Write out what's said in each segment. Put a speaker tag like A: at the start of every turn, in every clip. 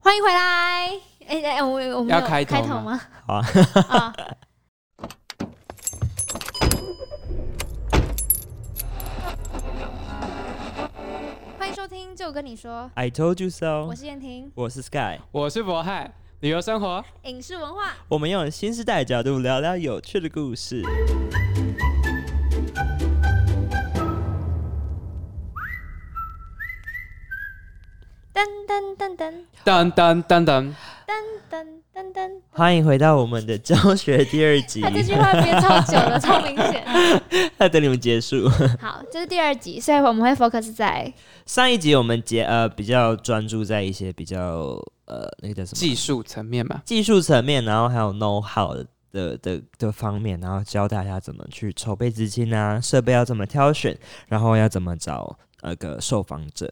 A: 欢迎回来。哎、哎、我我们
B: 要
A: 有
B: 开头
A: 开头
B: 吗
A: 吗？
C: 好啊，
A: 啊、欢迎收听，就跟你说，
C: I told you
B: 哦
C: so
A: 我。是燕婷，
C: 我是 Sky，
B: 我是博翰，旅游生活。
A: 影视文化。
C: 我们用新时代的角度聊聊有趣的故事。
A: 噔噔噔噔
B: 噔噔噔噔，
A: 噔噔噔，
C: 欢迎回到我们的教学第二集
A: 他，这句话憋超久 了，超明显。
C: 在等你们结束。
A: 好，这是第二集，所以我们会 focus 在
C: 上一集我们结呃比较专注在一些比较呃那个叫什么
B: 技术层面嘛，
C: 技术层面，然后还有 know how 的的的的方面，然后教大家怎么去筹备资金啊，设备要怎么挑选，然后要怎么找那个受访者。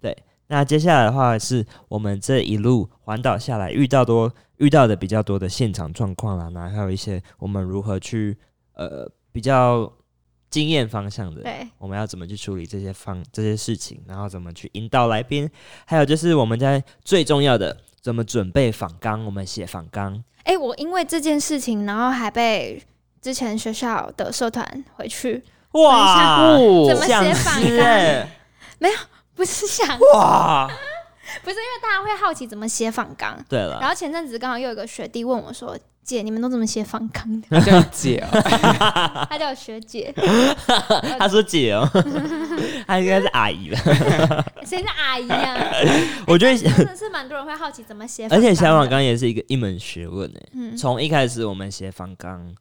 C: 对，那接下来的话是我们这一路环岛下来遇到多遇到的比较多的现场状况啦，然后还有一些我们如何去呃比较经验方向的。
A: 对
C: 我们要怎么去处理这些方这些事情，然后怎么去引导来宾，还有就是我们在最重要的怎么准备访纲，我们写访纲，
A: 哎、我因为这件事情，然后还被之前学校的社团回去，
B: 啊
C: 哇，
B: 哦
A: 哦怎么
C: 讲
A: 写访
C: 师
A: 纲？
C: 欸
A: 不是想，
C: 哇，
A: 大家会好奇怎么写访纲。
C: 对
A: 然
C: 了，
A: 后前阵子刚好又有一个学弟问我说：“姐，你们都怎么写访纲的
B: 这样解哦？”
A: 他叫我学姐， 呃
C: 他说姐哦，他应该是阿姨了，
A: 谁是阿姨啊？
C: 我觉得。
A: 真的是蛮多人会好奇怎么写，
C: 而且写访，纲也是一个一门学问欸诶、
A: 嗯，
C: 从一开始我们写访纲，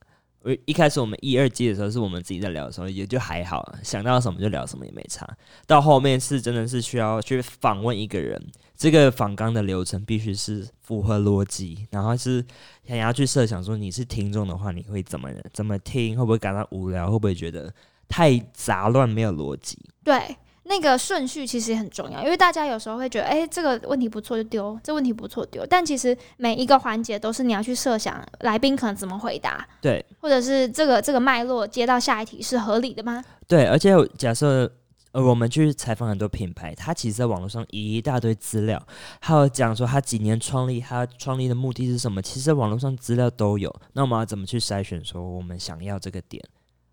C: 呃一开始我们一二季的时候是我们自己在聊的时候，也就还好，想到什么就聊什么也没差。到后面是真的是需要去访问一个人，这个访纲的流程必须是符合逻辑，然后是想要去设想说你是听众的话，你会怎么怎么听，会不会感到无聊，会不会觉得太杂乱没有逻辑？
A: 对。那个顺序其实也很重要，因为大家有时候会觉得，哎、这个问题不错就丢，这问题不错丢。但其实每一个环节都是你要去设想来宾可能怎么回答，
C: 对，
A: 或者是这个这个脉络接到下一题是合理的吗？
C: 对，而且我假设呃，我们去采访很多品牌，它其实在网络上一大堆资料，还有讲说它几年创立，它创立的目的是什么，其实在网络上资料都有。那我们要怎么去筛选说我们想要这个点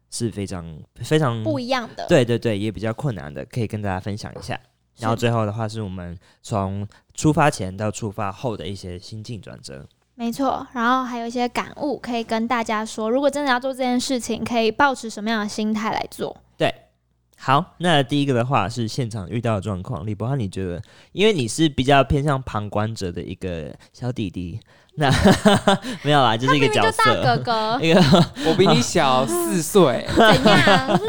C: 是非常非常
A: 不一样的，
C: 对对对，也比较困难的，可以跟大家分享一下。
A: 是，
C: 然后最后的话，是我们从出发前到出发后的一些心境转折。
A: 没错，然后还有一些感悟可以跟大家说，如果真的要做这件事情，可以保持什么样的心态来做？
C: 好，那第一个的话是现场遇到的状况。李博翰，你觉得，因为你是比较偏向旁观者的一个小弟弟， 那没有啦，就是一个角
A: 就大哥
C: 色，
A: 哥
C: 一个
B: 我比你小四岁，
A: 怎 样？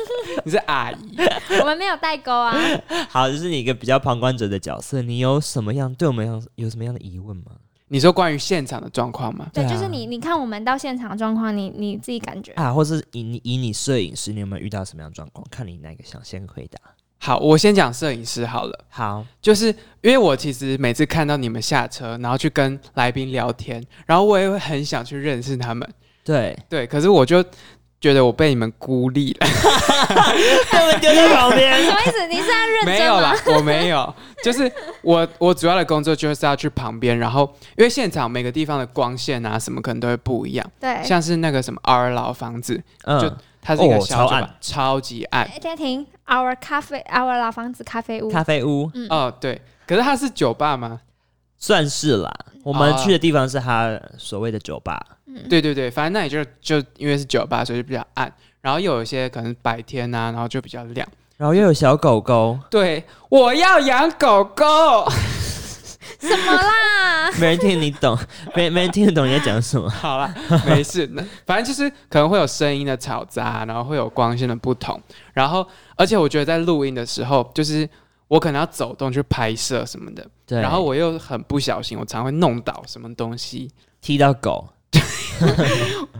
B: 你是阿姨。
A: 我们没有代沟啊，
C: 好，就是你一个比较旁观者的角色。你有什么样对我们有有什么样的疑问吗？
B: 你说关于现场的状况吗？
A: 对，
C: 对啊
A: 就是你，你看我们到现场的状况，你你自己感觉，
C: 啊，或是以你以你摄影师，你有没有遇到什么样的状况？看你哪个想先回答。
B: 好，我先讲摄影师好了，
C: 好，
B: 就是因为我其实每次看到你们下车，然后去跟来宾聊天，然后我也会很想去认识他们，
C: 对，
B: 对，可是我就觉得我被你们孤立了。
C: 他们丢在旁 边。
A: 什么意思？你是在认
B: 没
A: 真
B: 有啦
A: 吗？，
B: 我没 有，就是我我主要的工作就是要去旁边，然后因为现场每个地方的光线啊什么可能都会不一样，
A: 对，
B: 像是那个什么二楼房子，就
C: 嗯，
B: 它是一个
C: 哦
B: 小
C: 超
B: 酒吧
C: 暗
B: 超级暗，
A: 哎，天婷，Our 咖啡，Our 老房子咖啡屋，
C: 咖啡屋
A: 嗯
B: 哦对，可是它是酒吧吗？
C: 算是啦。我们去的地方是他所谓的酒吧。
A: 嗯，
B: 对对对，反正那里就就因为是酒吧，所以就比较暗，然后又有一些可能白天啊，然后就比较亮。
C: 然后又有小狗狗，
B: 对，我要养狗狗。
A: 什么啦？
C: 没人听你懂， 没没人听得懂你在讲什么。
B: 好啦，没事，那反正就是可能会有声音的嘈杂，然后会有光线的不同，然后而且我觉得在录音的时候，就是我可能要走动去拍摄什么的，
C: 对，
B: 然后我又很不小心，我常会弄倒什么东 西。
C: 踢到狗，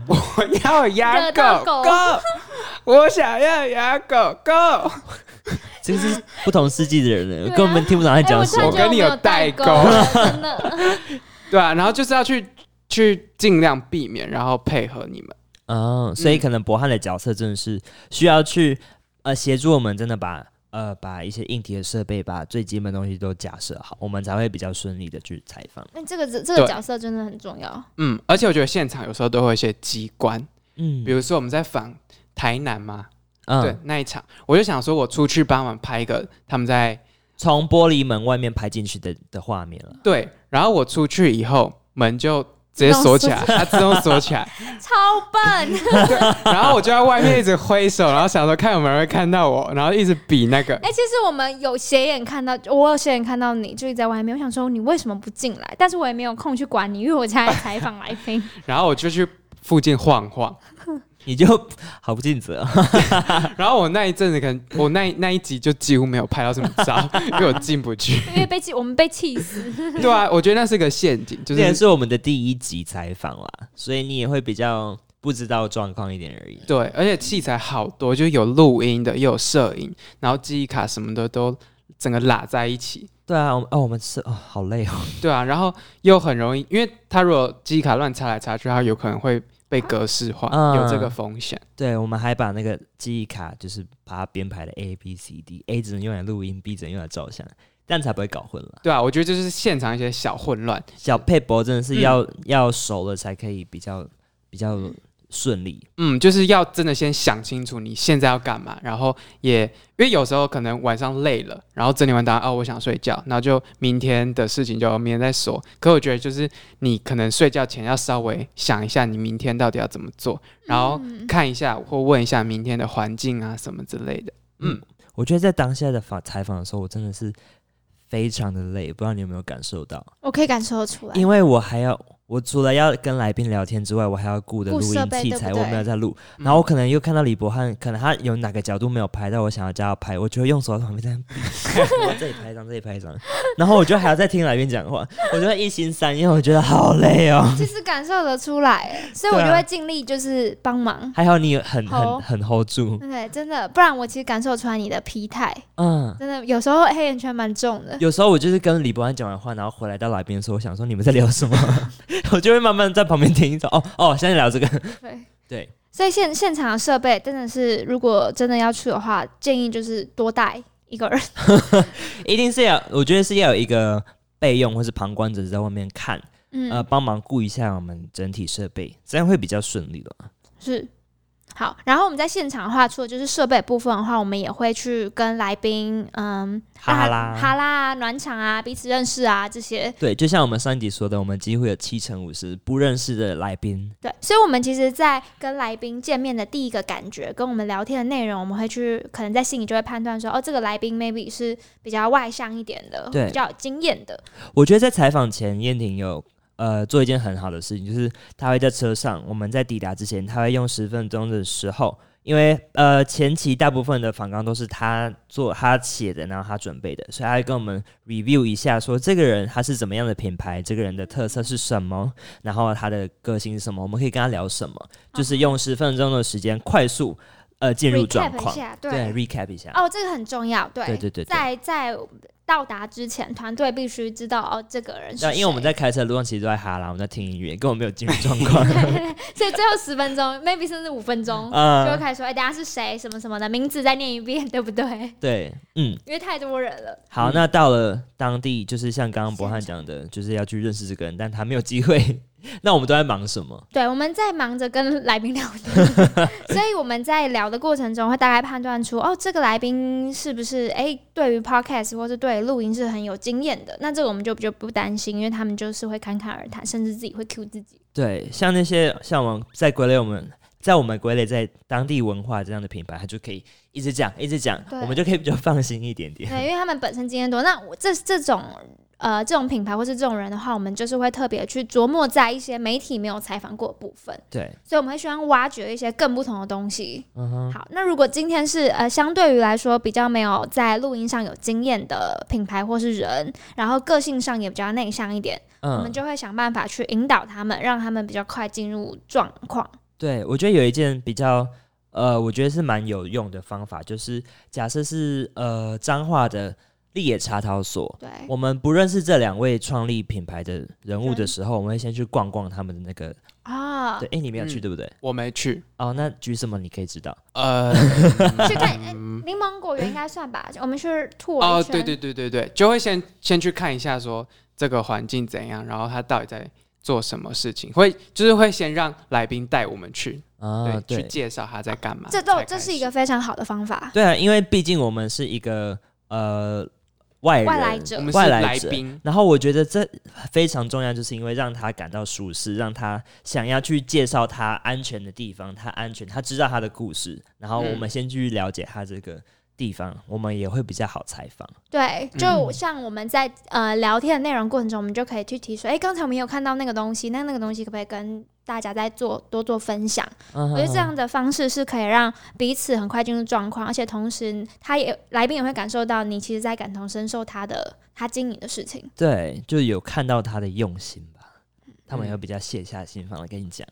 B: 我要养
A: 惹到
B: 狗
A: 狗
B: 狗， 我想要养狗狗。
C: 这个是不同世纪的人了，
A: 对啊
C: 根本听不懂他在
A: 哎，
C: 讲
A: 我
C: 什
A: 突然觉得
B: 觉
C: 么。
B: 我跟你
A: 没
B: 有
A: 有代
B: 代沟
A: 真 的，
B: 对啊，然后就是要去去尽量避免，然后配合你们。
C: 哦，所以可能博翰的角色真的是需要去呃协助我们，真的把呃把一些硬体的设备，把最基本的东西都架设好，我们才会比较顺利的去采访。
A: 那这个这个
B: 对
A: 角色真的很重要。
B: 嗯，而且我觉得现场有时候都会有一些机关，
C: 嗯
B: 比如说我们在访台南嘛，
C: 嗯
B: 对那一场，我就想说我出去帮忙拍一个他们在
C: 从玻璃门外面拍进去的的画面了。
B: 对，然后我出去以后门就直接锁起来，它自动锁起 来，
A: 超笨！
B: 然后我就在外面一直挥手，然后想说看有没有人会看到我，然后一直比那个，
A: 哎、其实我们有斜眼看到，我有斜眼看到你，就是在外面。我想说你为什么不进来？但是我也没有空去管你，因为我现在采访来 宾。
B: 然后我就去附近晃 晃，
C: 你就好不尽责，
B: 然后我那一阵子可能我那那一集就几乎没有拍到什么照， 因为我进不 去。
A: 因为被气，我们被气死。
B: 对啊，我觉得那是个陷阱，就
C: 这也
B: 是
C: 是我们的第一集采访啦，所以你也会比较不知道状况一点而已。
B: 对，而且器材好多，就有录音的，也有摄影，然后记忆卡什么的都整个拉在一起。
C: 对啊，我们哦，我们是哦，好累哦，
B: 对啊，然后又很容易，因为它如果记忆卡乱插来插去，它有可能会被格式化，
C: 嗯
B: 有这个风险。
C: 对，我们还把那个记忆卡就是把它编排的 A B C D，A 只能用来录音，B 只能用来照相，这样才不会搞混了。
B: 对啊，我觉得就是现场一些小混乱。
C: 小佩博真的是要、要熟了才可以比较比较顺利。
B: 嗯，就是要真的先想清楚你现在要干嘛，然后也因为有时候可能晚上累了，然后整理完档案，哦，我想睡觉，然后就明天的事情就明天再说。可我觉得就是你可能睡觉前要稍微想一下你明天到底要怎么做，然后
A: 嗯
B: 看一下或问一下明天的环境啊什么之类的。
C: 我觉得在当下的访采访的时候，我真的是非常的累，不知道你有没有感受到？
A: 我可以感受得出来，
C: 因为我还要，我除了要跟来宾聊天之外，我还要顾的
A: 顾
C: 录
A: 设
C: 音
A: 备
C: 器
A: 对不
C: 材，
A: 对嗯
C: 我没有在录。然后我可能又看到李博翰，可能他有哪个角度没有拍到，我想要叫他拍，我就会用手在旁边在那比 我这里拍一张，这里拍一张，然后我就还要再听来宾讲话，我就会一心三用，我觉得好累哦。
A: 其实感受得出来，欸所以我
C: 对啊
A: 就会尽力就是帮忙。
C: 还好你有很
A: 好
C: 很很 hold 住，
A: 对，真的，不然我其实感受出来你的疲态，
C: 嗯。
A: 真的有时候黑眼圈蛮重的。
C: 有时候我就是跟李博安讲完话，然后回来到来宾的时候，我想说你们在聊什么， 我就会慢慢在旁边听一哦哦，现在聊这个，
A: 对
C: 对，
A: 所以现现场的设备真的是，如果真的要去的话，建议就是多带一个人。
C: 一定是要，我觉得是要有一个备用或是旁观者在外面看，
A: 嗯，
C: 呃，帮忙顾一下我们整体设备，这样会比较顺利的。
A: 是。好，然后我们在现场的话，除了就是设备部分的话，我们也会去跟来宾，嗯，
C: 哈
A: 让他
C: 拉
A: 哈拉啊、暖场啊、彼此认识啊这些。
C: 对，就像我们上一集说的，我们几乎有七成五十不认识的来宾，
A: 对，所以，我们其实，在跟来宾见面的第一个感觉，跟我们聊天的内容，我们会去，可能在心里就会判断说，哦，这个来宾 maybe 是比较外向一点的，
C: 对
A: 比较有经验的，
C: 我觉得在采访前，燕婷有呃做一件很好的事情，就是她会在车上，我们在抵达之前，她会用十分钟的时候，因为呃前期大部分的访纲都是她做她写的，然后她准备的，所以她会跟我们 review 一下，说这个人他是怎么样的品牌，这个人的特色是什么，然后他的个性是什么，我们可以跟他聊什么，
A: 嗯
C: 就是用十分钟的时间快速呃进入状
A: recap 一
C: 况，
A: 下，对，
C: 对 recap 一下，
A: 哦，这个很重要，对，
C: 对对对对。
A: 在在到达之前，团队必须知道哦，这个人是
C: 那
A: 谁，
C: 因为我们在开车的路上其实都在哈拉，我们在听音乐，根本没有进入状况。
A: 所以最后十分钟，maybe 甚至五分钟，就会
C: 嗯，
A: 开始说，哎、等一下是谁，什么什么的名字再念一遍， 对不对？
C: 对，嗯，
A: 因为太多人了，
C: 好，
B: 嗯
C: 那到了当地，就是像刚刚博翰
A: 现
C: 讲的，就是要去认识这个人，但他没有机会。 那我们都在忙什么？
A: 对，我们在忙着跟来宾聊天，所以我们在聊的过程中会大概判断出，哦，这个来宾是不是哎、对于 podcast 或是对于录音是很有经验的，那这个我们就就不担心，因为他们就是会侃侃而谈，甚至自己会 cue 自 己。
C: 对，像那些像我们在归类，我们在我们归类在当地文化这样的品牌，他就可以一直讲，一直讲，
A: 对
C: 我们就可以比较放心一点 点。
A: 对，因为他们本身经验多。那我这这种呃这种品牌或是这种人的话，我们就是会特别去琢磨在一些媒体没有采访过的部分，
C: 对，
A: 所以我们会希望挖掘一些更不同的东西。
C: 嗯哼，
A: 好，那如果今天是呃相对于来说比较没有在录音上有经验的品牌或是人，然后个性上也比较内向一点，我们
C: 嗯，
A: 就会想办法去引导他们，让他们比较快进入状况。
C: 对，我觉得有一件比较。呃，我觉得是蛮有用的方法，就是假设是呃彰化的立野茶陶所，
A: 对，
C: 我们不认识这两位创立品牌的人物的
A: 人
C: 时候，我们会先去逛逛他们的那个
A: 啊、啊
C: 对，，哎、你没有
B: 嗯
C: 去对不对？
B: 我没去，
C: 哦，那举什么你可以知道？
B: 呃，
A: 去看哎
B: 嗯
A: 柠檬果园应该算吧？我们去 tour
B: 哦，
A: 一圈
B: 对对对对对，就会先先去看一下说这个环境怎样，然后他到底在做什么事情，会就是会先让来宾带我们去，
C: 啊，
B: 对，
C: 对
B: 去，介绍他在干嘛。
A: 这都
B: 才
A: 这
B: 开
A: 是一
B: 始
A: 个非常好的方法。
C: 对啊，因为毕竟我们是一个呃外人
A: 外来者
B: 我们是
C: 外来
B: 来
C: 者
B: 宾，
C: 然后我觉得这非常重要，就是因为让他感到舒适，让他想要去介绍他安全的地方，他安全，他知道他的故事，然后我
A: 嗯
C: 们先去了解他这个地方，我们也会比较好采访。
A: 对，就
B: 嗯
A: 像我们在呃聊天的内容过程中，我们就可以去提说，哎，刚才我们有看到那个东西，那那个东西可不可以跟大家再做多做分享？
C: 我
A: 我觉得这样的方式是可以让彼此很快进入状况，而且同时他也来宾也会感受到你其实在感同身受他的他经营的事情。
C: 对，就有看到他的用心吧，他
B: 嗯
C: 们也会比较卸下心防的跟你讲。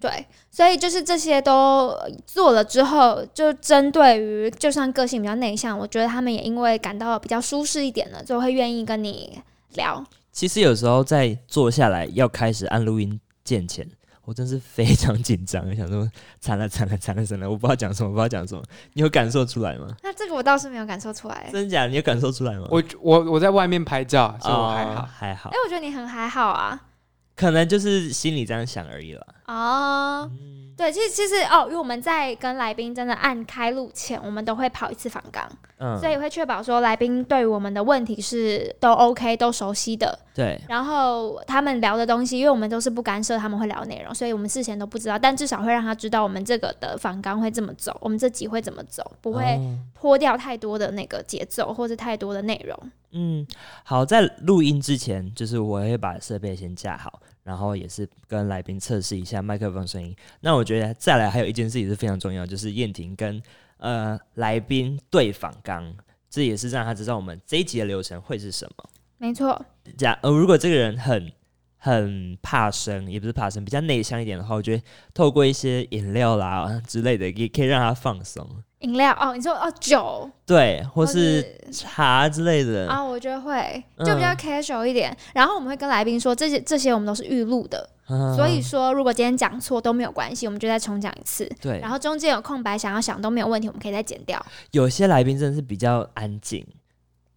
A: 对，所以就是这些都呃做了之后，就针对于就算个性比较内向，我觉得他们也因为感到比较舒适一点了，就会愿意跟你聊。
C: 其实有时候在坐下来要开始按录音键前，我真是非常紧张，我想说惨了惨了惨了惨了，我不知道讲什么，不知道讲什么。你有感受出来吗？
A: 那这个我倒是没有感受出来，
C: 真假？你有感受出来吗？
B: 我我我在外面拍照，所以我还
C: 哦
B: 好。
C: 还好
A: 哎、，我觉得你很还好啊。
C: 可能就是心里这样想而已啦。
A: 哦，
C: 嗯
A: 对，其实其实哦，因为我们在跟来宾真的按开录前，我们都会跑一次访纲，
C: 嗯，
A: 所以会确保说来宾对于我们的问题是都 OK、都熟悉的。
C: 对
A: 然后他们聊的东西，因为我们都是不干涉他们会聊的内容，所以我们事前都不知道，但至少会让他知道我们这个的反纲会这么走，我们这集会怎么走，不会
C: 哦
A: 脱掉太多的那个节奏或者太多的内容。
C: 嗯，好，在录音之前，就是我会把设备先架好，然后也是跟来宾测试一下麦克风声音。那我觉得再来还有一件事情是非常重要，就是燕婷跟呃来宾对访纲，这也是让他知道我们这一集的流程会是什么。
A: 没错，
C: 假呃，如果这个人很很怕生，也不是怕生，比较内向一点的话，我觉得透过一些饮料啦啊之类的，也可以让他放松。
A: 饮料哦，你说哦酒
C: 对，或
A: 或
C: 是茶之类的。
A: 啊、我觉得会就比较
C: 嗯
A: casual 一点。然后我们会跟来宾说，这些这些我们都是预录的，
C: 啊
A: 所以说如果今天讲错都没有关系，我们就再重讲一次。
C: 对，
A: 然后中间有空白想要想都没有问题，我们可以再剪掉。
C: 有些来宾真的是比较安静，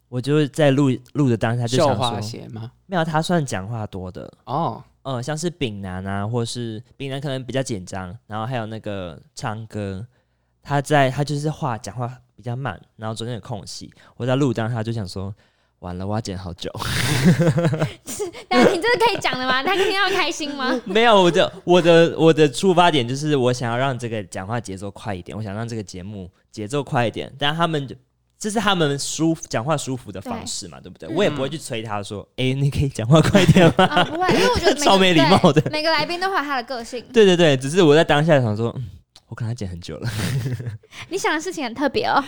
C: 我就是在录录的当下就
B: 绣
C: 想
B: 花
C: 说，
B: 鞋吗？
C: 没有他算讲话多的，
B: 哦，
C: 呃，像是丙南啊，或是丙南可能比较紧张，然后还有那个唱歌，他在他就是话讲话比较慢，然后中间有空隙，我在录当下就想说，完了，我要剪好久，
A: 但是你这是可以讲的吗？他听到开心 吗？
C: 没有，我的我的我的出发点就是我想要让这个讲话节奏快一点，我想让这个节目节奏快一点，但他们就。这是他们舒服讲话舒服的方式嘛，对不对？
A: 嗯
C: 我也不会去催他说：“哎、你可以讲话快一点吗？”
A: 啊，不会，因为我觉得每个
C: 超没礼貌的
A: 对每个来宾都会有他的个性，
C: 对对对，只是我在当下想说，嗯、我跟他讲很久了。
A: 你想的事情很特别哦。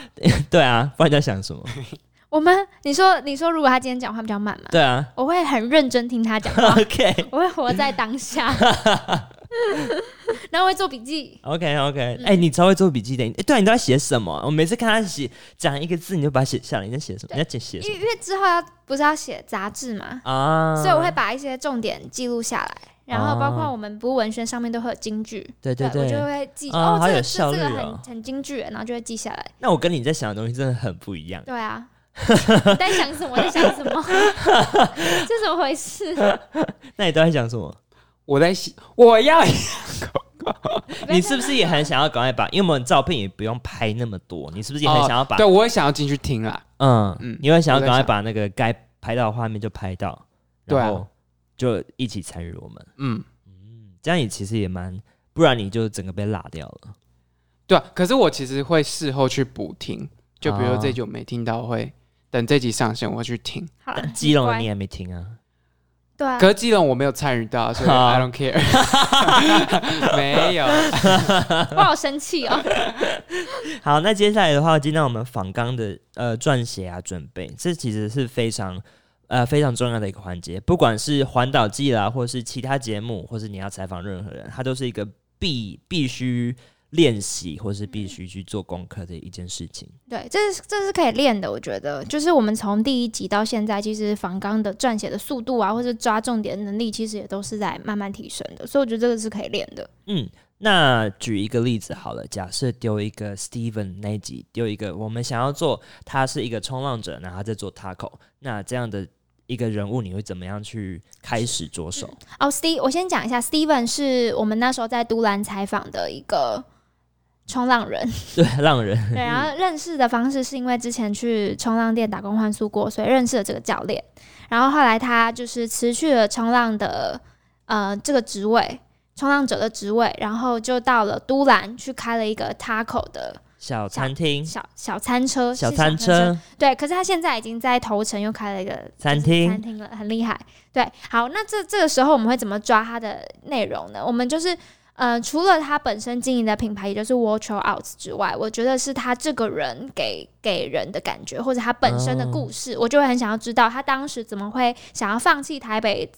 C: 对啊，不然你在想什么？
A: 我们，你说，你说，如果他今天讲话比较慢嘛，
C: 对啊，
A: 我会很认真听他讲话，
C: OK
A: 我会活在当 下， 然后会做笔记。
C: OK OK，哎、
A: 嗯
C: 你超会做笔记的，哎对、啊，你都在写什么啊？我每次看他写讲一个字，你就把它写下来，你在写什么？你在写
A: 因
C: 什
A: 为因为之后要不是要写杂志嘛，
C: 么啊？
A: 所以我会把一些重点记录下来，然后包括我们不是文宣上面都会有金句。
C: 对哦对
A: 我
C: 对，
A: 就会记
C: 啊
A: 哦，
C: 好
A: 这
C: 有
A: 个
C: 效
A: 这
C: 率
A: 这
C: 哦
A: 个很很京剧，然后就会记下 来。
C: 那我跟你在想的东西真的很不一样。
A: 对啊， 你在想什么？在想什 么？这怎么回事？
C: 那你都在想什么？
B: 我在洗，我 要
C: 你是不是也很想要赶快把？因为我们照片也不用拍那么多，你是不是也很想要把？
B: 哦对我也想要进去听啦。
C: 嗯
B: 嗯
C: 你会想要赶
B: 我
C: 快
B: 在想
C: 把那个该拍到的画面就拍到，
B: 对啊
C: 然后就一起参与我们。
B: 嗯，
C: 嗯，这样也其实也蛮，不然你就整个被拉掉了。
B: 对啊。可是我其实会事后去补听，就比如说
C: 哦
B: 这集我没听到，我会等这集上线我会去听。
A: 好了，
C: 基隆的
A: 乖
C: 你还没听啊？
A: 对啊
B: 可，是基隆我没有参与到，所以
C: 好
B: I don't care。没有，
A: 我好生气哦。
C: 好，那接下来的话，今天我们仿纲的呃撰写啊准备，这其实是非常呃非常重要的一个环节，不管是环岛记啦，或是其他节目，或是你要采访任何人，它都是一个必必须练习或是必须去做功课的一件事情。
A: 对，这是这是可以练的，我觉得，就是我们从第一集到现在，其实仿纲的撰写的速度啊，或者抓重点的能力，其实也都是在慢慢提升的，所以我觉得这个是可以练的。
C: 嗯，那举一个例子好了，假设丢一个 Steven 那一集，丢一个我们想要做，他是一个冲浪者，然后他在做 taco，那这样的一个人物，你会怎么样去开始着手？
A: 哦，Steve，我先讲一下，Steven 是我们那时候在都兰采访的一个冲浪 人，
C: 对，让人
A: 对，然后认识的方式是因为之前去冲浪店打工换宿过，所以认识了这个教练。然后后来他就是辞去了冲浪的呃这个职位，冲浪者的职位，然后就到了都兰去开了一个 taco 的
C: 小餐厅、
A: 小小餐车，
C: 小
A: 是
C: 餐车，
A: 对，可是他现在已经在头城又开了一个
C: 餐
A: 就是
C: 厅
A: 餐厅了，很厉害。对，好，那这这个时候我们会怎么抓它的内容呢？我们就是呃，除了他本身经营的品牌，也就是 w a t c h Outs 之外，我觉得是他这个人给给人的感觉，或者他本身的
C: 嗯
A: 故事，我就会很想要知道他当时怎么会想要放弃台北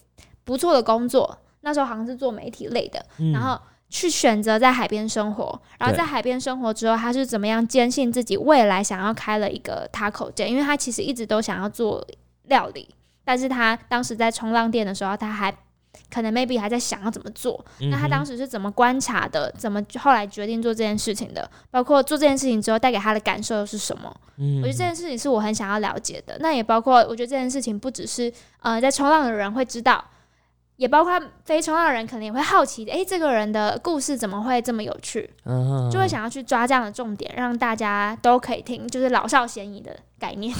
A: 不错的工作，那时候好像是做媒体类的，
C: 嗯
A: 然后去选择在海边生活，然后
C: 对
A: 在海边生活之后，他是怎么样坚信自己未来想要开了一个 taco 店？因为他其实一直都想要做料理，但是他当时在冲浪店的时候，他还可能 maybe 还在想要怎么做。那他当
C: 时
A: 时是怎么观察的？怎么后来决定做这件事情的？包括做这件事情之后带给他的感受又是什么？
C: 我
A: 我觉得这件事情是我很想要了解的。那也包括，我觉得这件事情不只是呃在冲浪的人会知道，也包括非冲浪的人可能也会好奇，诶，这个人的故事怎么会这么有趣？
C: 嗯
A: 就会想要去抓这样的重点，让大家都可以听，就是老少咸宜的概念。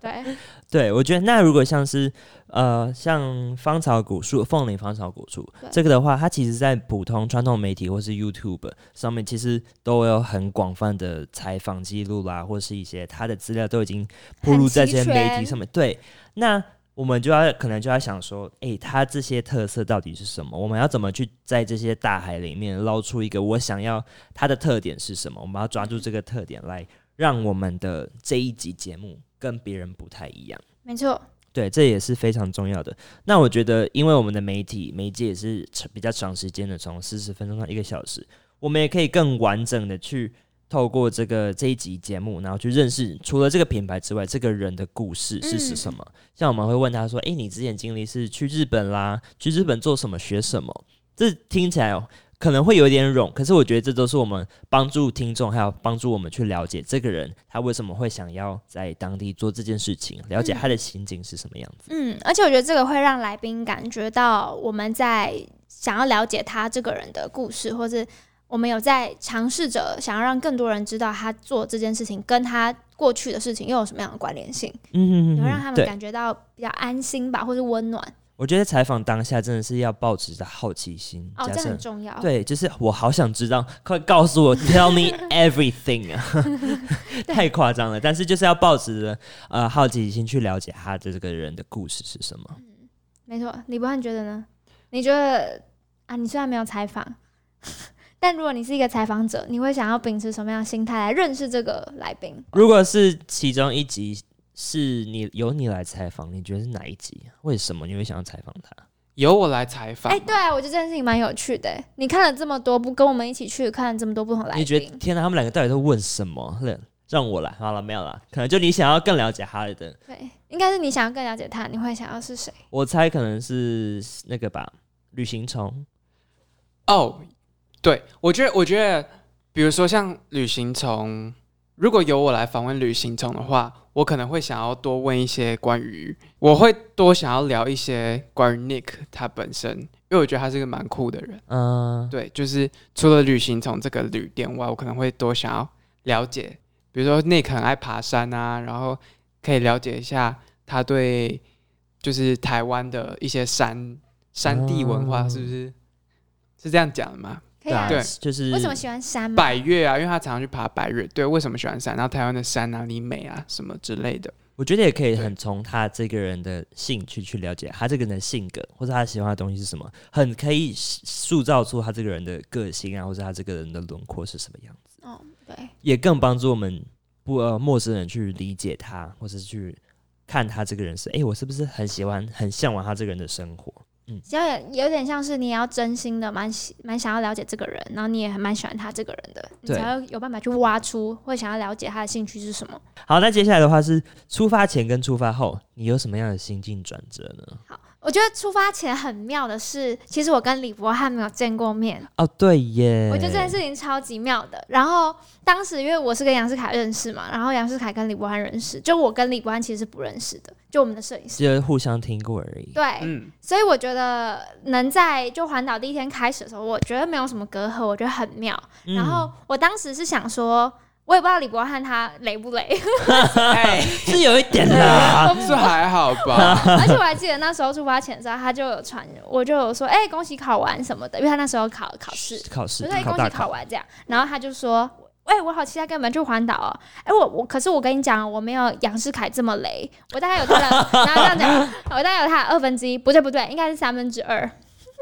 A: 对，
C: 对，我觉得那如果像是呃，像芳草古树、凤梨芳草古树
A: 对
C: 这个的话，它其实在普通传统媒体或是 YouTube 上面，其实都有很广泛的采访记录啦，或是一些它的资料都已经铺
A: 很
C: 露在
A: 齐
C: 这些媒体
A: 全
C: 上面。对，那我们就要可能就要想说，诶，它这些特色到底是什么？我们要怎么去在这些大海里面捞出一个我想要它的特点是什么？我们要抓住这个特点来，让我们的这一集节目跟别人不太一样。
A: 没错，
C: 对，这也是非常重要的。那我觉得，因为我们的媒体媒介也是长比较长时间的，从四十分钟到一个小时，我们也可以更完整的去透过这个这一集节目，然后去认识除了这个品牌之外，这个人的故事是是什么。像我们会问他说：“诶，你之前经历是去日本啦，去日本做什么，学什么？”这听起来、哦、可能会有点冗，可是我觉得这都是我们帮助听众，还有帮助我们去了解这个人他为什么会想要在当地做这件事情，了解他的情景是什么样子。
A: 嗯，而且我觉得这个会让来宾感觉到我们在想要了解他这个人的故事，或是我们有在尝试着想要让更多人知道他做这件事情跟他过去的事情又有什么样的关联性，也
C: 嗯哼
A: 会
C: 哼
A: 让
C: 哼
A: 他们
C: 对，
A: 感觉到比较安心吧，或是温暖。
C: 我觉得采访当下真的是要保持着好奇心，
A: 哦，
C: 加
A: 这
C: 上
A: 很重要。
C: 对，就是我好想知道，快告诉我 ，Tell me everything 啊！ 太夸张了，但是就是要抱持着呃好奇心去了解他的这个人的故事是什么。
A: 没错。李博翰觉得呢？你觉得啊？你虽然没有采访， 但如果你是一个采访者，你会想要秉持什么样的心态来认识这个来宾？
C: 如果是其中一集是你由你来采访，你觉得是哪一集？为什么你会想要采访他？
B: 由我来采访
A: 哎、。对啊，我觉得这件事情蛮有趣的欸。你看了这么多，不跟我们一起去看了这么多不同来宾，
C: 你觉得天哪，他们两个到底在问什么？让让我来好了，没有啦，可能就你想要更了解他的，
A: 对？应该是你想要更了解他，你会想要是谁？
C: 我猜可能是那个吧，旅行虫。
B: 哦，对，我觉得，我觉得，比如说像旅行虫，如果由我来访问旅行虫的话，我可能会想要多问一些关于，我会多想要聊一些关于 Nick 他本身，因为我觉得他是一个蛮酷的人。
C: 嗯、
B: 对，就是除了旅行从这个旅店外，我可能会多想要了解，比如说 Nick 很爱爬山啊，然后可以了解一下他对就是台湾的一些山山地文化，
C: 哦
B: 是不是、是这样讲的吗？
A: 可以啊。
B: 对
C: 就是
A: 为什么喜欢山嘛？
B: 百越啊，因为他常常去爬百越，对，为什么喜欢山？然后台湾的山哪里美啊，什么之类的。
C: 我觉得也可以
B: 对
C: 很从他这个人的兴趣去了解他这个人的性格，或者他喜欢的东西是什么，很可以塑造出他这个人的个性啊，或者他这个人的轮廓是什么样，
A: 哦，对，
C: 也更帮助我们不呃陌生人去理解他，或是去看他这个人是，诶，我是不是很喜欢、很向往他这个人的生活？嗯
A: 只要有有点像是你也要真心的蛮喜蛮想要了解这个人，然后你也蛮喜欢他这个人的，你
C: 对
A: 才要有办法去挖出或想要了解他的兴趣是什么。
C: 好，那接下来的话是出发前跟出发后，你有什么样的心境转折呢？
A: 我觉得出发前很妙的是，其实我跟李博翰没有见过面，
C: 哦，对耶，
A: 我觉得这件事情超级妙的。然后当时因为我是跟杨世凯认识嘛，然后杨世凯跟李博翰认识，就我跟李博翰其实是不认识的，就我们的摄影师。
C: 只有互相听过而已。
A: 对，
B: 嗯，
A: 所以我觉得能在就环岛第一天开始的时候，我觉得没有什么隔阂，我觉得很妙。
C: 嗯
A: 然后我当时是想说，我也不知道李博翰他雷不雷，
B: 哎，
C: 是有一点 啦，
B: 这还好吧？
A: 而且我还记得那时候出发前的时候，他就有传，我就有说，哎、恭喜考完什么的，因为他那时候考考试，
C: 考试
A: 我说哎
C: 考
A: 恭
C: 大
A: 喜考
C: 考，
A: 完这样，然后他就说。哎、我好期待跟你们去环岛哦！哎、我我可是我跟你讲，我没有杨世凯这么雷，我大概有他 的，然后这样讲，我大概有他的二分之一，不对不对，应该是三分之 二。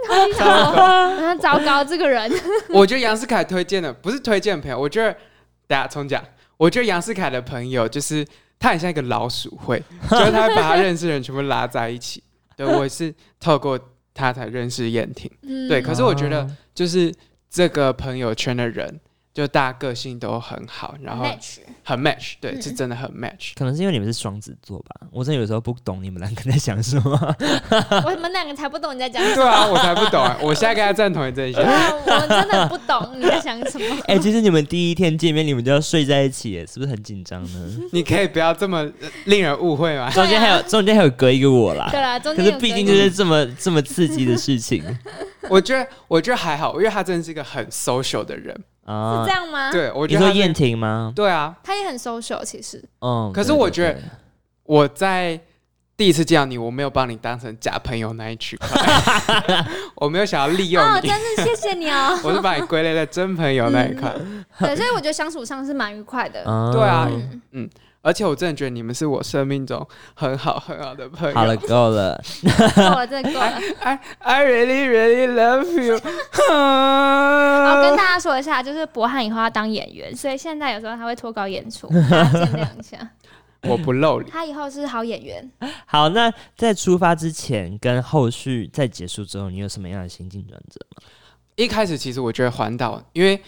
A: 然后我就想
B: 糟
A: 说，
B: 糕
A: 嗯糟糕，这个人
B: 我觉得杨世凯推荐的不是推荐朋友，我觉得大家重讲，我觉得杨世凯的朋友就是他很像一个老鼠 会，就是他会把他认识的人全部拉在一起。对我也是透过他才认识燕婷，
A: 嗯
B: 对可是我觉得
C: 啊
B: 就是这个朋友圈的人，就大家个性都很好，然后
A: match
B: 很 match，对，
A: 嗯
B: 是真的很 match。
C: 可能是因为你们是双子座吧，我真的有时候不懂你们两个在想什么。
A: 我们两个才不懂你在讲什
B: 对啊，我才不懂啊！我现在跟他站同一阵
A: 么，
B: 线，
A: 啊我们真的不懂你在想什么。
C: 哎、其实你们第一天见面，你们就要睡在一起耶，是不是很紧张呢？
B: 你可以不要这么呃令人误会吗？
C: 中间还有中间还有隔一个我啦
A: 啊对，啦，中
C: 可
A: 间
C: 是
A: 有
C: 毕
A: 隔
C: 竟
A: 离
C: 就是这么这么刺激的 事情
B: 我觉得，我觉得还好，因为他真的是一个很 social 的人。
A: 是
C: 啊
A: 这。样吗？
B: 对，我
C: 你
B: 觉得
C: 说
B: 他是
C: 燕婷吗？
B: 对啊，
A: 他也很 social，其实
C: 嗯，
B: 可是
C: 对
B: 我
C: 对
B: 觉得
C: 对
B: 我在第一次见到你，我没有把你当成假朋友那一区块， 我没有想要利用
A: 哦，
B: 你，
A: 真是谢谢你哦。
B: 我是把你归类在真朋友那一块。
A: 对，所以我觉得相处上是蛮愉快的。
C: 嗯
B: 对啊
A: 嗯，
B: 而且我真的觉得你们是我生命中很好很好的朋友。
C: 好了，够了。
A: 够了，真的够了。
B: i I really really love you。
A: 然
C: 呃
A: 后跟大家说一下，就是博翰以后要当演员，所以现在有时候他会脱稿演 出，大家见谅一下。
B: 我不露脸，
A: 他以后是好演员。
C: 好，那在出发之前跟后续在结束之后，你有什么样的心境转折吗？
B: 一开始其实我觉得环岛，因为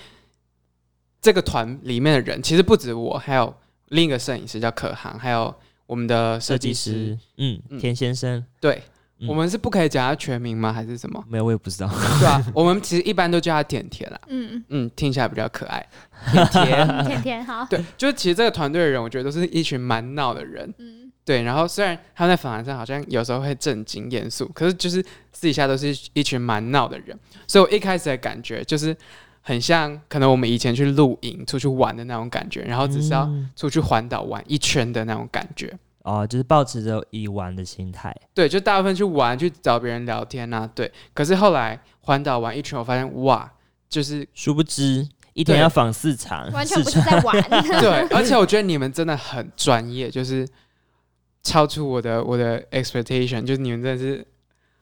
B: 这个团里面的人其实不止我，还有另一个摄影师叫可航，还有我们的设计师。，
C: 嗯，
B: 嗯
C: 田先生，
B: 对，
C: 嗯
B: 我们是不可以讲他全名吗？还是什么？
C: 没有，我也不知道。
B: 对啊，我们其实一般都叫他甜甜啦，
A: 嗯，
B: 嗯，听起来比较可爱。甜甜，
A: 甜甜好。
B: 对，就是其实这个团队的人，我觉得都是一群蛮闹的人，
A: 嗯，
B: 对。然后虽然他们在访谈上好像有时候会正经严肃，可是就是私底下都是一群蛮闹的人，所以我一开始的感觉就是很像可能我们以前去露营、出去玩的那种感觉，然后只是要
C: 嗯
B: 出去环岛玩一圈的那种感觉。
C: 哦，就是保持着以玩的心态。
B: 对，就大部分去玩，去找别人聊天啊，对。可是后来环岛玩一圈，我发现哇，就是
C: 殊不知一天
B: 对
C: 要访四场，
A: 完全
C: 四
A: 不是在玩。
B: 对，而且我觉得你们真的很专业，就是超出我的我的 expectation，就是你们真的是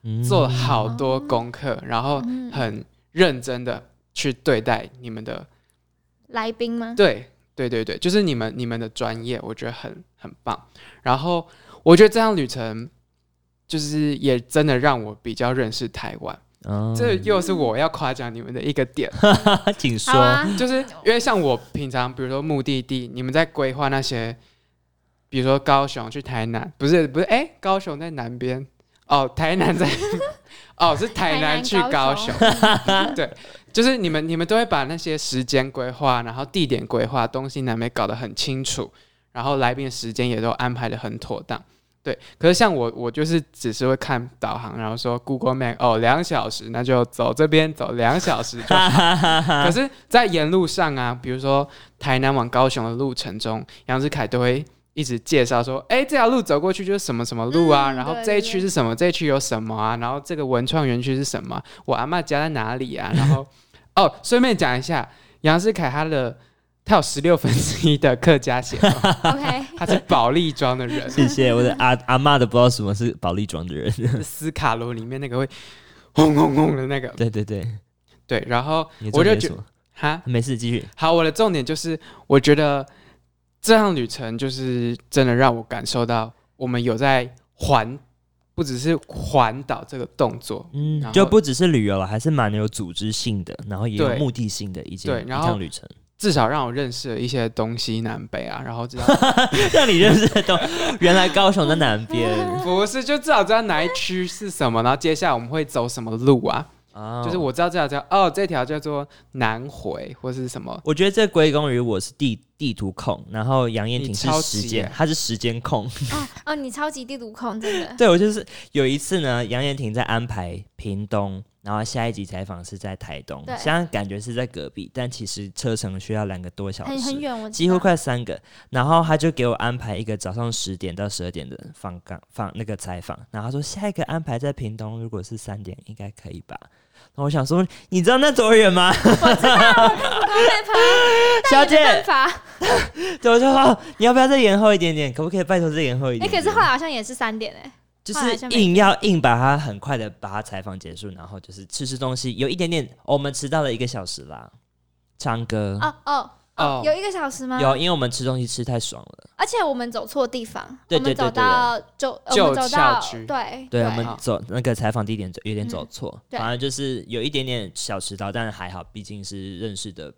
C: 场
B: 做了好多功课，然后很认真的去对待你们的，
A: 来宾吗？
B: 对对对对，就是你们你们的专业，我觉得很很棒。然后我觉得这趟旅程。就是也真的让我比较认识台湾，
C: 嗯，
B: 这又是我要夸奖你们的一个点，
C: 他请说
A: 好，啊，
B: 就是因为像我平常，比如说目的地，你们在规划那些，比如说高雄去台南，不是不是，哎、高雄在南边，哦，台南在， 哦，是台南去高雄， 就是你们你们都会把那些时间规划，然后地点规划，东西南北搞得很清楚，然后来宾的时间也都安排的很妥当。对，可是像我，我就是只是会看导航，然后说 Google Map 哦，两小时，那就走这边走两小时就好。可是，在沿路上啊，比如说台南往高雄的路程中，杨志凯都会一直介绍说，哎，这条路走过去就是什么什么路啊，
A: 嗯
B: 然后
A: 对
B: 这一
A: 对
B: 区是什么，这一区有什么啊，然后这个文创园区是什么，我阿嬷家在哪里啊，然后哦，顺便讲一下，杨志凯他的他有十六分之一的客家血统，
A: OK，
B: 他是保利庄的人。
C: 谢谢我的阿阿妈的，不知道什么是保利庄的人。
B: 斯卡罗里面那个会轰轰轰的那个。
C: 对对 对，
B: 对，然后
C: 你的
B: 我就
C: 重点是
B: 觉
C: 什么
B: 哈，
C: 没事，继续。
B: 好，我的重点就是，我觉得这趟旅程就是真的让我感受到我们有在环不只是环岛这个动作，然
C: 嗯，
B: 后
C: 就不只是旅游了，还是蛮有组织性的，然后也有
B: 对
C: 目的性的一件
B: 对
C: 一
B: 然后
C: 趟旅程，
B: 至少让我认识了一些东西南北啊，然后知道
C: 让你认识到原来高雄在南 边
B: 不是，就至少知道哪一区是什么，然后接下来我们会走什么路 啊？
A: 嗯
C: 啊
B: 就是我知道这条叫哦，这条叫做南回或是什么。
C: 我觉得这归功于我是地地图控，然后杨燕婷
B: 你
C: 是
B: 超级
C: 时间
B: 耶，
C: 她是时间控。
A: 哦哦，你超级地图控，真的。
C: 对我就是有一次呢，杨燕婷在安排屏东，然后下一集采访是在台东，
A: 对
C: 现在感觉是在隔壁，但其实车程需要两个多小时，
A: 很很远，我知
C: 几乎
A: 道
C: 快三个。然后他就给我安排一个早上十点到十二点的放岗放那个采访，然后他说下一个安排在屏东，如果是三点应该可以吧。然后我想说，你知道那多远吗，
A: 我刚被喷，
C: 小
A: 但也没
C: 姐
A: 办？法。
C: 对，我就说哦你要不要再延后一点点？可不可以拜托再延后一
A: 哎，
C: 点
A: 可
C: 点？
A: 是后来好像也是三点哎，
C: 就
A: 后来就是没
C: 硬要硬把它很快的把它采访结束，然后就是吃吃东西，有一点点、哦我们迟到了一个小时啦，唱歌、
A: 哦哦哦
B: 哦，
A: 有一个小时吗？
C: 有，因为我们吃东西吃太爽了，
A: 而且我们走错地方，
C: 对
A: 我们
C: 对对
A: 走
C: 对
A: 到就
B: 旧
A: 我们走到
B: 校区
A: 对嗯
C: 对我们
B: 好
C: 走那个采访地点走有点走错，
A: 对
C: 反正就是有一点点小迟到，但还好，毕竟是认识的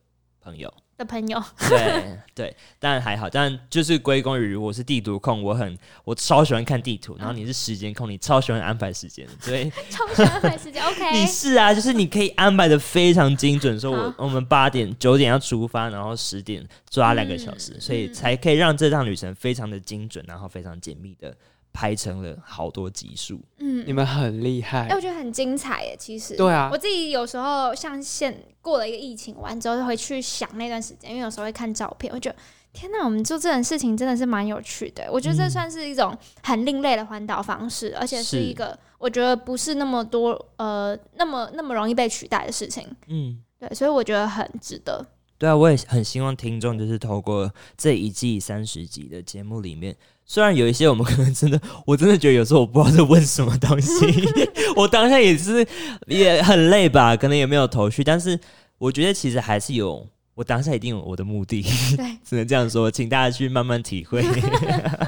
C: 朋友，
A: 的朋友，
C: 对对，但还好，但就是归功于我是地图控，我很我超喜欢看地图，然
A: 嗯
C: 后你是时间控，你超喜欢安排时间，所以
A: 超喜欢排时间。OK，
C: 你是啊，就是你可以安排的非常精准，说我
A: 哎好
C: 我们八点九点要出发，然后十点抓两个小时，
A: 嗯
C: 所以
A: 嗯
C: 才可以让这趟旅程非常的精准，然后非常紧密的拍成了好多集数。
A: 嗯
B: 你，们很厉害
A: 哎、，我觉得很精彩耶，其实。
B: 对啊
A: 我自己有时候像现过了一个疫情完之后，会去想那段时间，因为有时候会看照片，我觉得天哪，我们做这种事情真的是蛮有趣的。我觉得这
C: 嗯
A: 算是一种很另类的环岛方式，而且是
C: 是
A: 一个我觉得不是那么多呃那么那么容易被取代的事情。
C: 嗯，
A: 对，所以我觉得很值得。
C: 对啊，我也很希望听众就是透过这一季三十集的节目里面，虽然有一些我们可能真的，我真的觉得有时候我不知道在问什么东西， 我当下也是也很累吧，可能也没有头绪，但是我觉得其实还是有，我当下一定有我的目的，
A: 对，
C: 只能这样说，请大家去慢慢体会。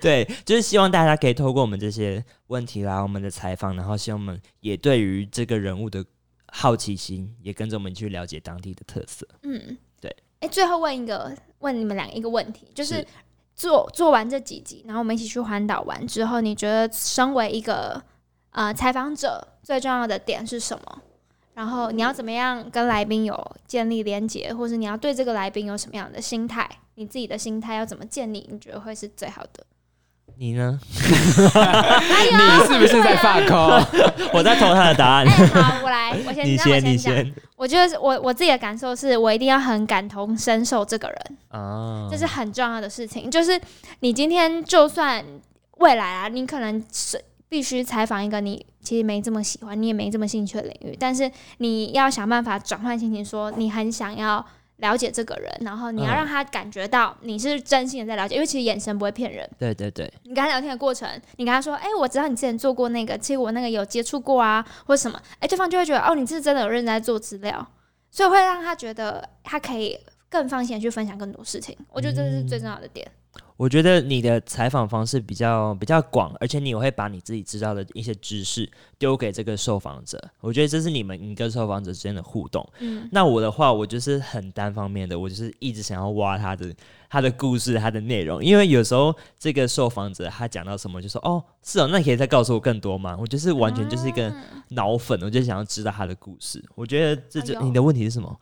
C: 对，就是希望大家可以透过我们这些问题啦，我们的采访，然后希望我们也对于这个人物的好奇心，也跟着我们去了解当地的特色。
A: 嗯，
C: 对。
A: 哎、最后问一个，问你们俩一个问题，就是
C: 是
A: 做做完这几集，然后我们一起去环岛玩之后，你觉得身为一个呃采访者，最重要的点是什么？然后你要怎么样跟来宾有建立连结，或是你要对这个来宾有什么样的心态？你自己的心态要怎么建立？你觉得会是最好的？
C: 你呢？
A: 啊
B: 你是不是在放空？
C: 我在投他的答案
A: 哎、。好，我来，我先，
C: 你
A: 那我
C: 先， 你
A: 讲。
C: 先
A: 我觉得我我自己的感受是我一定要很感同身受这个人，
C: 啊！
A: 这是很重要的事情。就是你今天就算未来啊，你可能是必须采访一个你其实没这么喜欢，你也没这么兴趣的领域，但是你要想办法转换心情，说你很想要。了解这个人，然后你要
C: 嗯
A: 让他感觉到你是真心的在了解，因为其实眼神不会骗人。
C: 对对对，
A: 你跟他聊天的过程，你跟他说：“哎、我知道你之前做过那个，其实我那个有接触过啊，或者什么。哎，对方就会觉得：“哦，你是真的有认真在做资料。”所以会让他觉得哎他可以更放心的去分享更多事情。我觉得这是最重要的点。
C: 我觉得你的采访方式比较比较广，而且你也会把你自己知道的一些知识丢给这个受访者。我觉得这是你们你跟受访者之间的互动。
A: 嗯，
C: 那我的话，我就是很单方面的，我就是一直想要挖他的他的故事、他的内容，因为有时候这个受访者他讲到什么，就说哦，是哦，那你可以再告诉我更多吗？我就是完全就是一个
A: 嗯
C: 脑粉，我就想要知道他的故事。我觉得这就、
A: 哎呦
C: 你的问题是什么？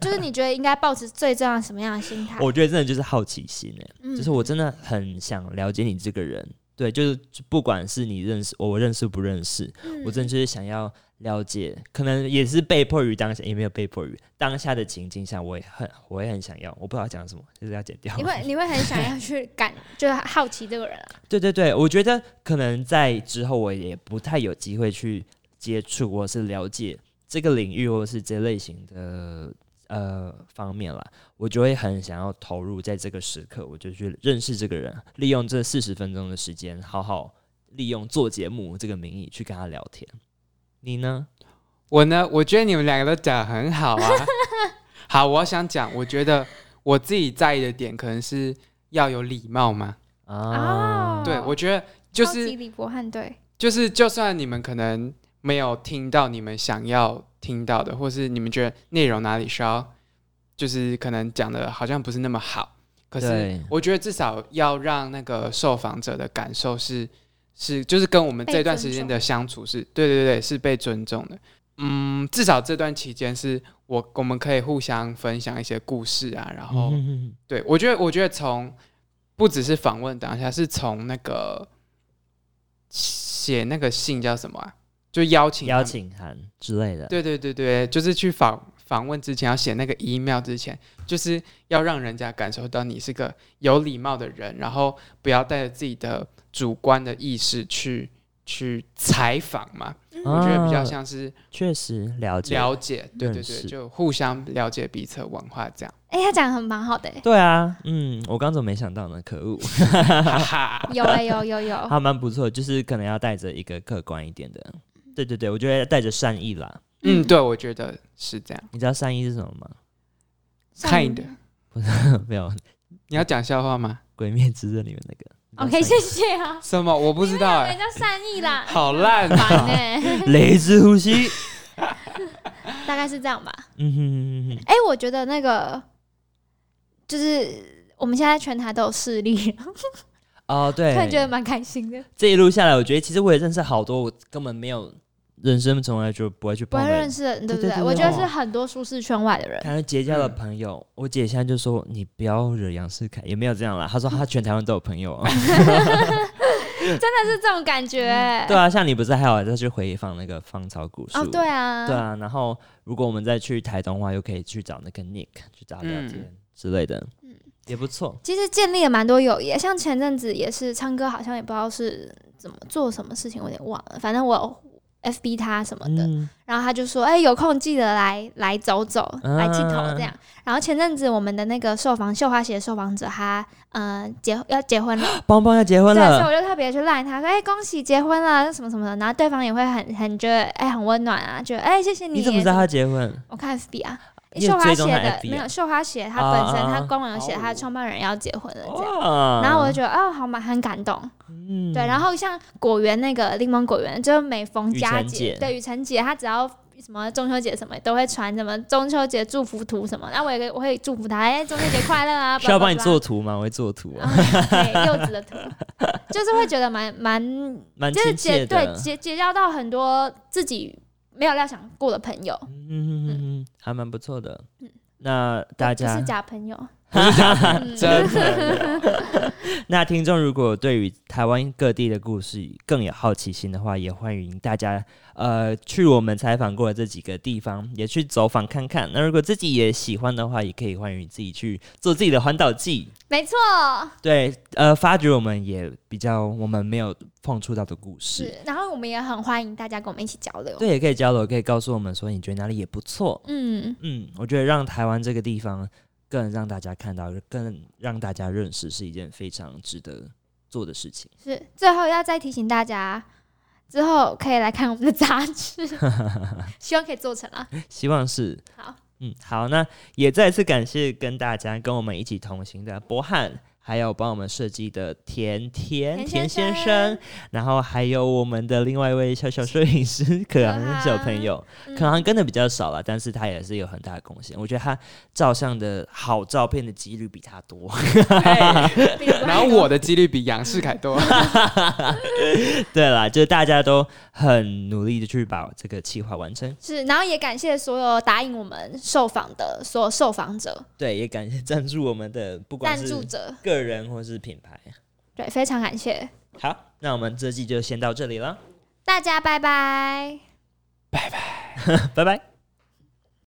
A: 就是你觉得应该保持最重要什么样的心态？
C: 我觉得真的就是好奇心诶、
A: 啊嗯
C: 就是我真的很想了解你这个人。对，就是不管是你认识我认识不认识，我
A: 嗯
C: 真的就是想要了解，可能也是被迫于当下，也没有被迫于当下的情境下，我也很我也很想要，我不知道讲什么，就是要剪掉
A: 嗯你。会你会很想要去感， 就是好奇这个人、啊。
C: 对对对，我觉得可能在之后我也不太有机会去接触或是了解这个领域或是这类型的呃方面啦，我就会很想要投入在这个时刻，我就去认识这个人，利用这四十分钟的时间，好好利用做节目这个名义去跟他聊天。你呢？
B: 我呢？我觉得你们两个都讲得很 好啊。好，我想讲，我觉得我自己在意的点可能是要有礼貌嘛。
C: 啊，
A: 哦
B: 对，我觉得就
A: 超
B: 是
A: 级李博翰对，
B: 就是，就算你们可能没有听到你们想要听到的，或是你们觉得内容哪里需要，就是可能讲的好像不是那么好，可是
C: 对
B: 我觉得至少要让那个受访者的感受是是，就是跟我们这段时间的相处是对对对，是被尊重的。嗯，至少这段期间是我我们可以互相分享一些故事啊，然后、
C: 嗯
B: 对，我觉得，我觉得从不只是访问当下，是从那个写那个信叫什么啊？就邀请他
C: 邀
B: 们。
C: 请函之类的，
B: 对对对对，就是去访访问之前要写那个 email 之前，就是要让人家感受到你是个有礼貌的人，然后不要带着自己的主观的意识去去采访嘛。我觉得比较
C: 啊
B: 像是
C: 确实了解
B: 了解，对对
C: 认
B: 对，
C: 识，
B: 就互相了解彼此的文化这样。
A: 哎、他讲的很蛮好的、欸
C: 对啊，嗯，我刚怎么没想到呢？可恶，
B: 哈哈，
A: 有哎、有有有，
C: 还蛮不错，就是可能要带着一个客观一点的，对对对，我觉得带着善意啦。
B: 嗯，对，我觉得是这样。
C: 你知道善意是什么吗？
A: 上
B: kind
C: 没有，《
B: 你要讲笑话吗？
C: 鬼灭之刃》里面那个。你知道
A: OK，
C: 善
A: 谢
C: 意
A: 谢啊，
B: 什么？我不知道哎、
A: 人家善意 啦，
B: 好烂
A: 很
B: 哦
A: 烦哎、
C: 雷之呼 吸。
A: 大概是这样吧。
C: 嗯哼哼哼哼，
A: 哎、我觉得那个就是我们现在全台都有势力，
C: 哦，
A: 突然觉得
C: 对，
A: 蛮开心的。
C: 这一路下来，我觉得其实我也认识好多我根本没有人生从来就不会去
A: 不
C: 碰
A: 会
C: 的
A: 认
C: 人，
A: 识的人，对
C: 对
A: 不
C: 对
A: 对？
C: 对
A: 我
C: 对
A: 觉得
B: 哦
A: 是很多舒适圈外的人，
C: 还有结交的朋
A: 嗯
C: 友。我姐现在就说你不要惹杨世凯，也没有这样啦。她 说她全台湾都有朋友、哦。
A: 真的是这种感觉、欸。
C: 对啊，像你不是还有再去回放那个芳草古树？
A: 哦，对啊，
C: 对啊，然后如果我们再去台东的话，又可以去找那个 Nick 去找他聊
B: 嗯
C: 天之类的，
A: 嗯
C: 也不错。
A: 其实建立了蛮多友谊，像前阵子也是唱歌，好像也不知道是怎么做什么事情，我有点忘了。反正我有 FB 他什么的，
C: 嗯，
A: 然后他就说：“哎、有空记得来来走走，来剃头这样。然后前阵子我们的那个受访绣花鞋的受访者他，呃结要结婚了，
C: 邦邦要结婚
A: 对，啊所以
C: 了，
A: 我就特别去赖他说：“哎、恭喜结婚了，什么什么的。”然后对方也会很很觉得哎、很温暖啊，觉得哎、谢谢你。
C: 你怎么知道他结婚？
A: 我看 FB 啊，
C: 你有
A: 绣花
C: 追
A: 鞋
C: 踪他
A: 的
C: FB 啊
A: 没有绣花鞋，他
C: 啊
A: 本身
C: 啊啊
A: 他官网有写
B: 哦
A: 他的创办人要结婚了这样。
C: 哇
A: 然后我就觉得哦，好嘛，很感动。
C: 嗯
A: 对，然后像果园那个柠檬果园，就是每逢佳
C: 雨辰
A: 节
C: 姐，
A: 对雨辰姐，她只要什么中秋节什么都会传什么中秋节祝福图什么，那我也我会祝福她，哎，中秋节快乐啊！
C: 需要
A: 巴
C: 帮
A: 拉
C: 你
A: 巴拉
C: 做图吗？我会做图、
A: 巴拉
C: 啊，
A: 哦对柚子的图， 就是会觉得蛮蛮，
C: 蛮
A: 就是
C: 亲
A: 结
C: 切
A: 对
C: 的。
A: 结结交到很多自己没有料想过的朋友，
C: 嗯嗯嗯嗯，还蛮不错的。那
A: 不
C: 大家
A: 嗯是假朋 友，嗯
B: 真的
C: 那听众如果对于台湾各地的故事更有好奇心的话，也欢迎大家呃去我们采访过的这几个地方，也去走访看看。那如果自己也喜欢的话，也可以欢迎自己去做自己的环岛记。
A: 没错，
C: 对，呃，发掘我们也比较我们没有碰触到的故事，
A: 是。然后我们也很欢迎大家跟我们一起交流，
C: 对，也可以交流，可以告诉我们说你觉得哪里也不错。
A: 嗯，
C: 嗯，我觉得让台湾这个地方更让大家看到，更让大家认识，是一件非常值得做的事情。
A: 是，最后要再提醒大家，之后可以来看我们的杂 志，希望可以做成啊。
C: 希望是
A: 好，
C: 嗯，好，那也再次感谢跟大家跟我们一起同行的博翰，还有帮我们设计的甜甜
A: 田
C: 田
A: 先
C: 先
A: 生
C: 生，然后还有我们的另外一位小小摄影师可航小朋友，
A: 嗯
C: 可航跟的比较少了，但是他也是有很大的贡献。我觉得他照相的好照片的几率比他 多，
B: 哎
A: 比如
B: 然后我的几率比杨世凯多。
C: 对啦，就是大家都很努力的去把这个计划完成。
A: 是，然后也感谢所有答应我们受访的所有受访者、
C: 对，也感谢赞助我们的不管
A: 赞
C: 是
A: 助者，
C: 个人或是品牌。
A: 对，非常感谢
C: 好，那我们这季就先到这里了，
A: 大家，拜拜。
C: 拜拜。